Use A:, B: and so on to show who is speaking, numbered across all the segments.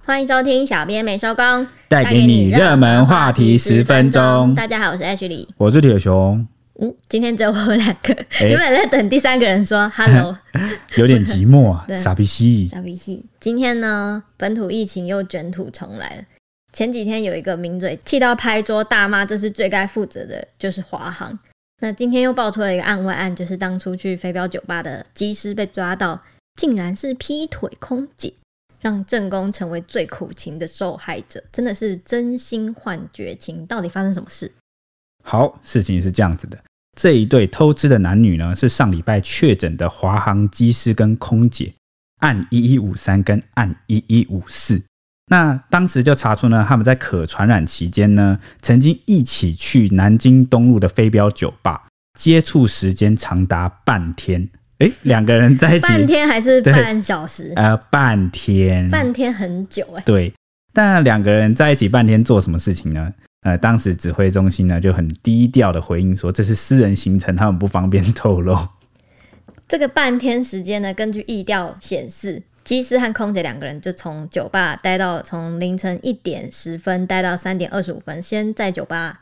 A: 欢迎收听《小编没收工》，
B: 带给你热门话题十分钟。
A: 大家好，我是 H 李。
B: 我是铁熊，
A: 嗯，今天只有我们两个，
B: 哎
A: 原本在等第三个人说 “hello”，
B: 有点寂寞 啊，
A: 对
B: 傻逼西。
A: 傻逼屁。E 今天呢，本土疫情又卷土重来了。前几天有一个名嘴气到拍桌大骂，这是最该负责的就是华航。那今天又爆出了一个案外案，就是当初去飞镖酒吧的机师被抓到，竟然是劈腿空姐，让正宫成为最苦情的受害者，真的是真心换绝情。到底发生什么事？
B: 好，事情是这样子的，这一对偷吃的男女呢，是上礼拜确诊的华航机师跟空姐，按一一五三跟按一一五四。那当时就查出呢，他们在可传染期间呢，曾经一起去南京东路的飞镖酒吧，接触时间长达半天。诶，两个人在一起，
A: 半天还是
B: 对
A: 半小时？
B: 呃，半天，
A: 半天很久哎、
B: 对，但两个人在一起半天做什么事情呢？呃，当时指挥中心呢就很低调的回应说，这是私人行程，他们不方便透露。
A: 这个半天时间呢，根据意调显示，机师和空姐两个人就从酒吧待到从凌晨一点十分待到三点二十五分，先在酒吧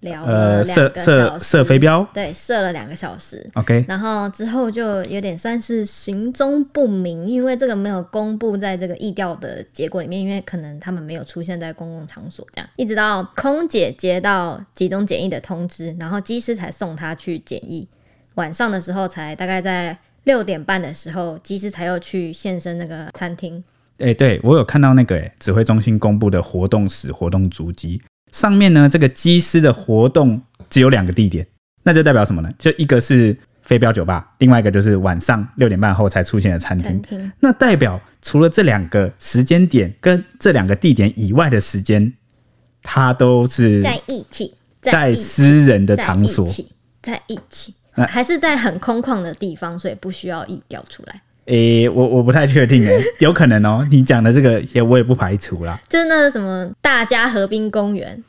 A: 聊了
B: 呃，
A: 两个
B: 射
A: 小时，
B: 射射飞，镖
A: 对，射了两个小时。
B: ，OK，
A: 然后之后就有点算是行踪不明，因为这个没有公布在这个意调的结果里面，因为可能他们没有出现在公共场所这样。一直到空姐接到集中检疫的通知，然后机师才送她去检疫。晚上的时候才大概在六点半的时候，机师才又去现身那个餐厅。
B: 哎、对我有看到那个、诶指挥中心公布的活动史、活动足迹上面呢，这个机师的活动只有两个地点，那就代表什么呢？就一个是飞镖酒吧，另外一个就是晚上六点半后才出现的餐厅
A: 餐。厅
B: 那代表除了这两个时间点跟这两个地点以外的时间，它都是
A: 在一起，
B: 在
A: 一起
B: 私人的场所
A: 在一。起，在一起，
B: 那
A: 还是在很空旷的地方，所以不需要意调出来。
B: 诶、我我不太确定 诶、有可能哦、你讲的这个也我也不排除啦。
A: 就是那个什么大家河滨公园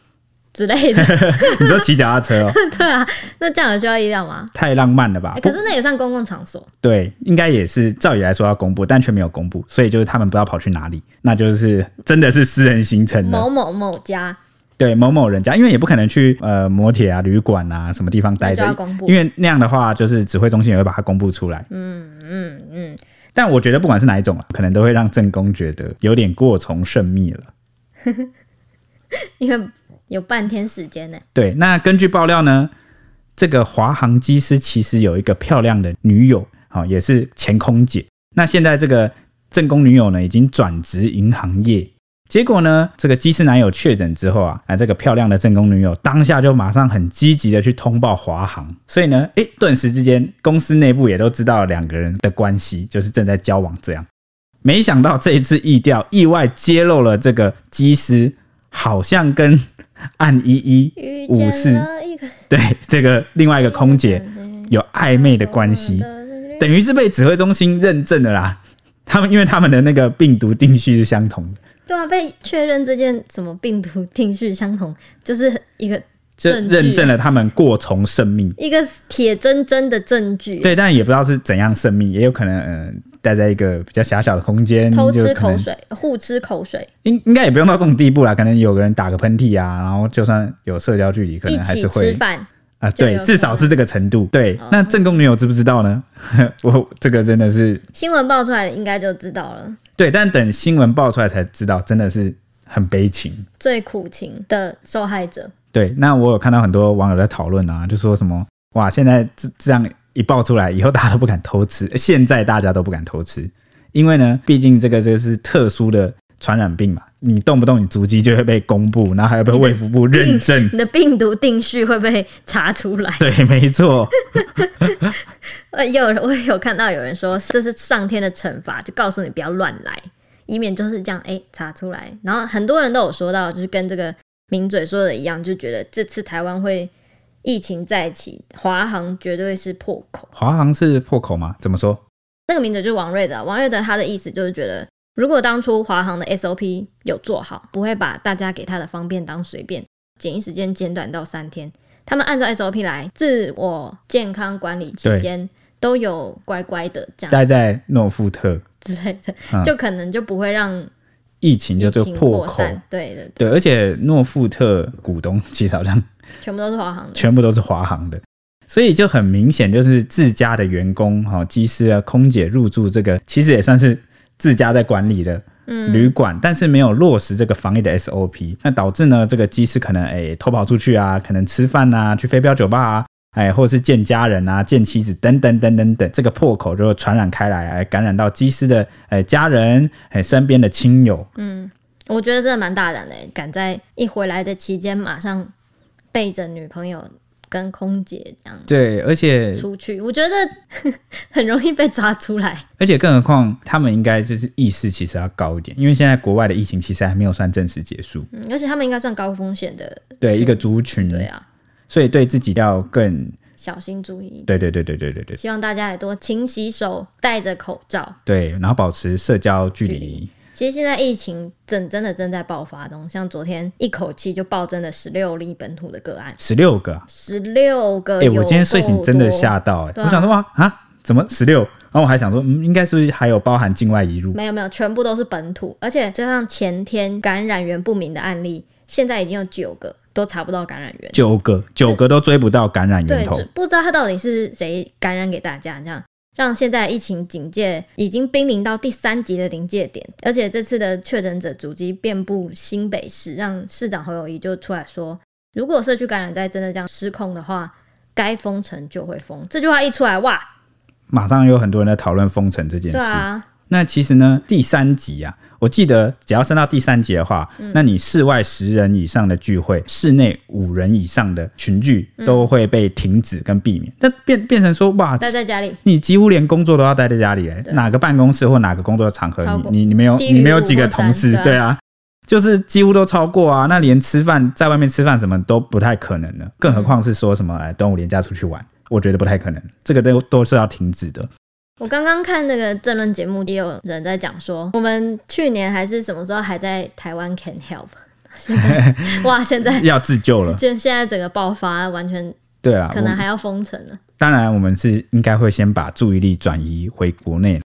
A: 之类的，
B: 你说骑脚踏车哦、
A: 对啊，那这样有需要医疗吗？
B: 太浪漫了吧？
A: 哎、
B: 啊不
A: 可是那也算公共场所，
B: 对，应该也是照理来说要公布，但却没有公布，所以就是他们不知道跑去哪里，那就是真的是私人行程
A: 某
B: 了。
A: 某某家
B: 对某某人家，因为也不可能去呃摩铁啊、旅馆啊什么地方待
A: 那就要
B: 着，
A: 公布
B: 因。为那样的话就是指挥中心也会把它公布出来。
A: 嗯嗯嗯，
B: 但我觉得不管是哪一种啊，可能都会让正宫觉得有点过从甚密了。
A: 因为有半天时间呢、
B: 对，那根据爆料呢，这个华航机师其实有一个漂亮的女友，好、也是前空姐。那现在这个正宫女友呢，已经转职银行业。结果呢，这个机师男友确诊之后啊，啊，这个漂亮的正宫女友当下就马上很积极的去通报华航，所以呢，诶，顿时之间，公司内部也都知道了两个人的关系，就是正在交往这样。没想到这一次意调意外揭露了这个机师好像跟暗依依
A: 遇
B: 五
A: 见
B: 四
A: 了一个
B: 对这个另外一个空姐有暧昧的关系，等于是被指挥中心认证的啦。 他们因为他们的那个病毒定序是相同的，
A: 对啊，被确认这件什么病毒定序相同，就是一个
B: 就
A: 证据啊
B: 认证了他们过从甚密。
A: 一个铁铮铮的证据。
B: 对，但也不知道是怎样甚密，也有可能嗯、呃待在一个比较狭小的空间，
A: 偷
B: 就
A: 吃
B: 嗯可
A: 口
B: 能
A: 水，互吃口水，
B: 应应该也不用到这种地步啦。可能有个人打个喷嚏啊，然后就算有社交距离，可
A: 一
B: 能还
A: 起
B: 是
A: 吃
B: 会
A: 饭，
B: 啊，
A: 就有可，
B: 对
A: 能哦
B: 至少是这个程度。对，那正宫女友知不知道呢？ 我这个真的是
A: 新闻爆出来应该就知道了。
B: 对，但等新闻爆出来才知道，真的是很悲情。
A: 最苦情的受害者。
B: 对，那我有看到很多网友在讨论啊，就说什么哇，现在这这样一爆出来，以后大家都不敢偷吃，呃现在大家都不敢偷吃，因为呢，毕竟这个这个是特殊的传染病嘛，你动不动你足迹就会被公布，然后还要被卫福部认证。
A: 你的病毒定序会被查出来。
B: 对，没错，
A: 呃，也有人我也有看到有人说这是上天的惩罚，就告诉你不要乱来，以免就是这样哎、查出来。然后很多人都有说到，就是跟这个名嘴说的一样，就觉得这次台湾会疫情再起，华航绝对是破口。
B: 华航是破口吗？怎么说？
A: 那个名嘴就是王瑞的，王瑞的他的意思就是觉得，如果当初华航的 SOP 有做好，不会把大家给他的方便当随便，检疫时间减短到三天，他们按照 SOP 来自我健康管理期间都有乖乖的这样
B: 待在诺富特，
A: 之类的，
B: 嗯
A: 就可能就不会让
B: 疫情就
A: 疫
B: 这个
A: 情
B: 破
A: 扩
B: 口。
A: 散，对的，
B: 对，而且诺富特股东其实好像
A: 全部都是华航的，
B: 全部都是华航的，所以就很明显，就是自家的员工哈、哦，机师啊、空姐入住这个，其实也算是自家在管理的
A: 嗯，
B: 旅馆，但是没有落实这个防疫的 SOP，那导致呢，这个机师可能哎偷跑出去啊，可能吃饭啊，去飞镖酒吧啊。哎，或是见家人啊、见妻子等等等等等，这个破口就传染开来，哎，感染到机师的哎家人、哎身边的亲友，
A: 嗯，我觉得真的蛮大胆的，欸敢在一回来的期间马上背着女朋友跟空姐这样
B: 对，而且
A: 出去，我觉得 很容易被抓出来。
B: 而且更何况，他们应该就是意识其实要高一点，因为现在国外的疫情其实还没有算正式结束，
A: 嗯，而且他们应该算高风险的，
B: 对一个族群，
A: 对啊，
B: 所以对自己要更，
A: 小心注意。
B: 对对对对对对对
A: 希望大家也多勤洗手，戴着口罩。
B: 对，然后保持社交距
A: 距
B: 离
A: 离，其实现在疫情正真的正在爆发中，像昨天一口气就暴增了十六例本土的个案，
B: 十六个啊，
A: 十六个。
B: 哎、我今天睡醒真的吓，到、欸，
A: 对啊
B: 我想说哇啊，怎么十六？然后我还想说，嗯，应该是不是还有包含境外移入？
A: 没有没有，全部都是本土，而且加上前天感染源不明的案例，现在已经有九个都查不到感染源。
B: 九个，九个都追不到感染源
A: 对，
B: 头
A: 这，不知道他到底是谁感染给大家，这样让现在疫情警戒已经濒临到第三级的临界点，而且这次的确诊者足迹遍布新北市，让市长侯友谊就出来说，如果社区感染再真的这样失控的话，该封城就会封。这句话一出来， 哇，
B: 马上有很多人在讨论封城这件事。
A: 对啊，
B: 那其实呢，第三集啊，我记得只要升到第三集的话，
A: 嗯
B: 那你室外十人以上的聚会，室内五人以上的群聚都会被停止跟避免。那变变成说，哇，
A: 待在家里，
B: 你几乎连工作都要待在家里、欸，
A: 对啊
B: 哪个办公室或哪个工作场合
A: 超，过
B: 你你你没有
A: 低于
B: 你没有
A: 五
B: 几个
A: 或
B: 同事，
A: 三
B: 对
A: 对
B: 啊。就是几乎都超过啊，那连吃饭在外面吃饭什么都不太可能了，更何况是说什么哎端午连假出去玩，我觉得不太可能，这个都都是要停止的。
A: 我刚刚看那个政论节目，也有人在讲说，我们去年还是什么时候还在台湾 can help，现 在哇，现在
B: 要自救了，
A: 就现在整个爆发，完全
B: 对啊，
A: 可
B: 我
A: 能还要封城了。
B: 当然，我们是应该会先把注意力转移回国内。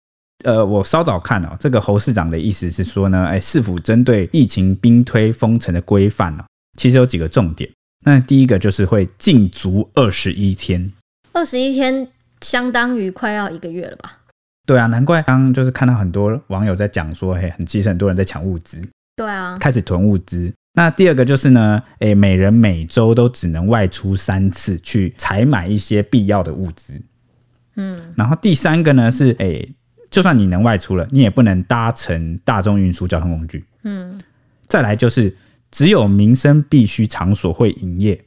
B: 呃，我稍早看哦，这个侯市长的意思是说呢，哎，是否针对疫情兵推封城的规范呢、其实有几个重点。那第一个就是会禁足二十一天。
A: 二十一天相当于快要一个月了吧？
B: 对啊，难怪刚刚就是看到很多网友在讲说，嘿，很其实很多人在抢物资，
A: 对啊，
B: 开始囤物资。那第二个就是呢，哎，每人每周都只能外出三次去采买一些必要的物资。
A: 嗯，
B: 然后第三个呢是，诶、就算你能外出了，你也不能搭乘大众运输交通工具。
A: 嗯，
B: 再来就是，只有民生必须场所会营业，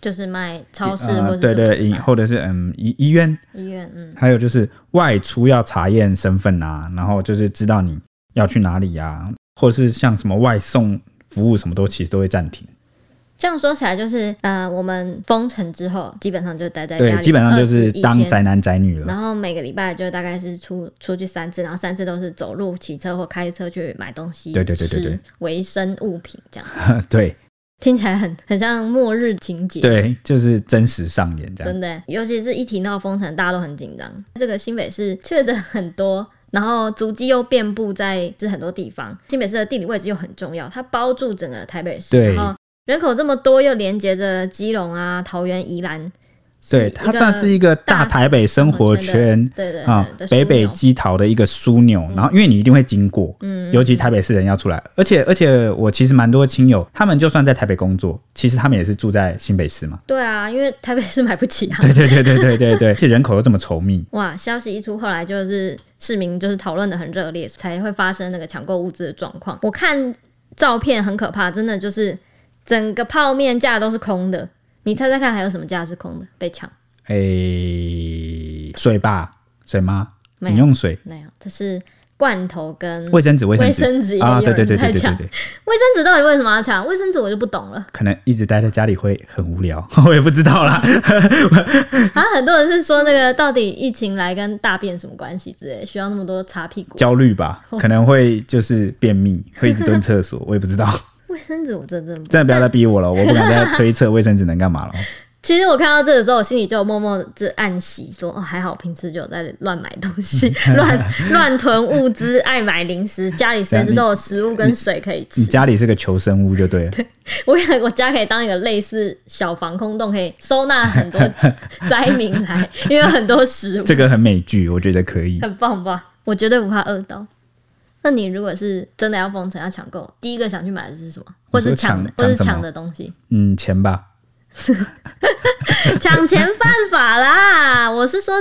A: 就是卖超市
B: 呃
A: 或者
B: 对
A: 哦是
B: 对，营或者是嗯医医院，
A: 医院，嗯，
B: 还有就是外出要查验身份啊，然后就是知道你要去哪里啊，或者是像什么外送服务什么都其实都会暂停。
A: 这样说起来就是，呃，我们封城之后，基本上就待在家
B: 对，
A: 里，
B: 基本上就是当
A: 宅。
B: 宅男宅女了
A: 然。后每个礼拜就大概是出出去三次，然后三次都是走路、骑车或开车去买东西，
B: 对对对对
A: 吃
B: 对
A: 维生物品这样，
B: 对
A: 听起来很很像末日情节。
B: 对，就是真实上演这样。
A: 真的，尤其是一提到封城，大家都很紧张。这个新北市确诊很多， 然后足迹又遍布在这很多地方。新北市的地理位置又很重要，它包住整个台北市，
B: 对
A: 然后人口这么多，又连接着基隆啊、桃园、宜兰，
B: 对，
A: 一
B: 它
A: 个
B: 算是一个大
A: 大
B: 台北生活圈
A: 对对
B: 啊
A: 对的，枢
B: 北北
A: 纽
B: 基桃的一个枢纽。然后，因为你一定会经过，
A: 嗯，
B: 尤其台北市人要出来，而且而且我其实蛮多亲友，他们就算在台北工作，其实他们也是住在新北市嘛。
A: 对啊，因为台北市买不起啊。
B: 对对对对对对对，而且人口又这么稠密，
A: 哇，消息一出，后来就是市民就是讨论的很热烈，才会发生那个抢购物资的状况。我看照片很可怕，真的就是整个泡面架都是空的。你猜猜看，还有什么架是空的被抢？
B: 诶，水吧，水吗？
A: 没有
B: 饮用水、
A: 没有，这是罐头跟
B: 卫生纸、卫
A: 卫
B: 纸
A: 生纸也
B: 啊，
A: 有
B: 对对
A: 人
B: 对对
A: 在
B: 对对
A: 抢。
B: 对，
A: 卫生纸到底为什么要抢？卫生纸我就不懂了
B: 可能一直待在家里会很无聊， 我也不知 道啦。
A: 啊！很多人是说那个到底疫情来跟大便什么关系之类，需要那么多擦屁股？
B: 焦虑吧，可能会就是便秘，会一直蹲 厕所，我也不知道。
A: 卫生纸我真的不
B: 真的不要再逼我了，我不敢再推测卫生纸能干嘛了。
A: 其实我看到这个时候，我心里就默默就暗喜说：“哦，还好平时就有在乱买东 西，乱乱囤物资，爱买零食，家里随时都有食物跟水可以吃。
B: 你家里是个求生屋就对了，
A: 我想我家可以当一个类似小防空洞，可以收纳很多灾民来，因为有很多食物，
B: 这个很美剧，我觉得可以。
A: 很棒吧？我绝对不怕饿到。那你如果是真的要封城要抢购，第一个想去买的是什么？或是
B: 你说抢
A: 抢的，或是
B: 抢什么
A: 抢的东西？
B: 嗯，钱吧，
A: 抢钱犯法啦！我是说，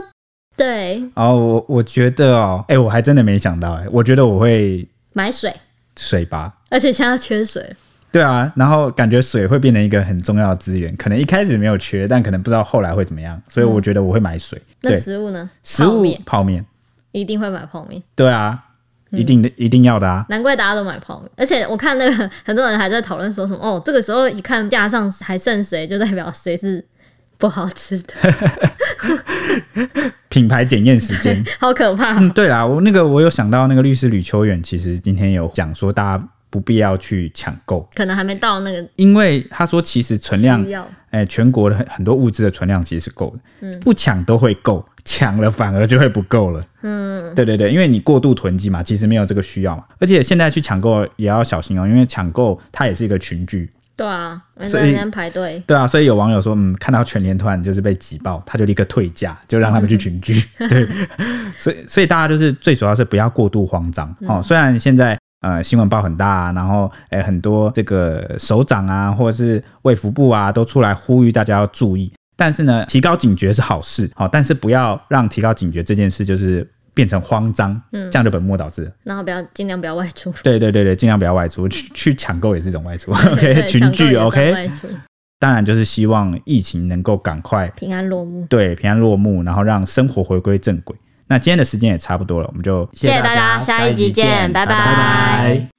A: 对，
B: 哦，我我觉得哦，哎、我还真的没想到、哎，我觉得我会
A: 买水，
B: 水吧，
A: 而且现在缺水了。
B: 对啊，然后感觉水会变成一个很重要的资源，可能一开始没有缺，但可能不知道后来会怎么样，所以我觉得我会买水。
A: 嗯那
B: 对，
A: 食物呢？
B: 食
A: 泡
B: 物
A: 面
B: 泡面，
A: 一定会买泡面，
B: 对啊，一定
A: 嗯
B: 的、一定要的啊。
A: 难怪大家都买泡面。而且我看那个很多人还在讨论说什么哦，这个时候一看架上还剩谁，就代表谁是不好吃的，
B: 品牌检验时 间，
A: 好可怕哦、
B: 嗯，对啦，我那个我有想到那个律师吕秋远，其实今天有讲说大家不必要去抢购，
A: 可能还没到那个
B: 因为他说其实存量
A: 需，要。
B: 哎、全国的很很多物资的存量其实是够的，不抢都会够，抢了反而就会不够了。
A: 嗯，
B: 对对对，因为你过度囤积嘛，其实没有这个需要嘛。而且现在去抢购也要小心哦，因为抢购它也是一个群聚，
A: 对啊，在
B: 所
A: 那
B: 以
A: 边排队，
B: 对啊。所以有网友说，嗯，看到全联突然就是被挤爆，他就立刻退价，就让他们去群 聚。对，所以所以大家就是最主要是不要过度慌张
A: 嗯
B: 哦。虽然现在。呃，新闻报很大、啊，然后诶、很多这个首长啊，或者是卫福部啊，都出来呼吁大家要注意。但是呢，提高警觉是好事，好、但是不要让提高警觉这件事就是变成慌张，
A: 嗯
B: 这样就本末倒置了。
A: 然后不要尽量不要外出。
B: 对对对对，尽量不要外出，去去抢购也是一种外出。OK，
A: 对
B: 群
A: 抢购也
B: 聚
A: 算
B: OK，
A: 外出
B: 当然就是希望疫情能够赶快
A: 平安落幕。
B: 对平安落幕，然后让生活回归正轨。那今天的时间也差不多了，我们就
A: 谢谢大家下一集见拜拜
B: 拜拜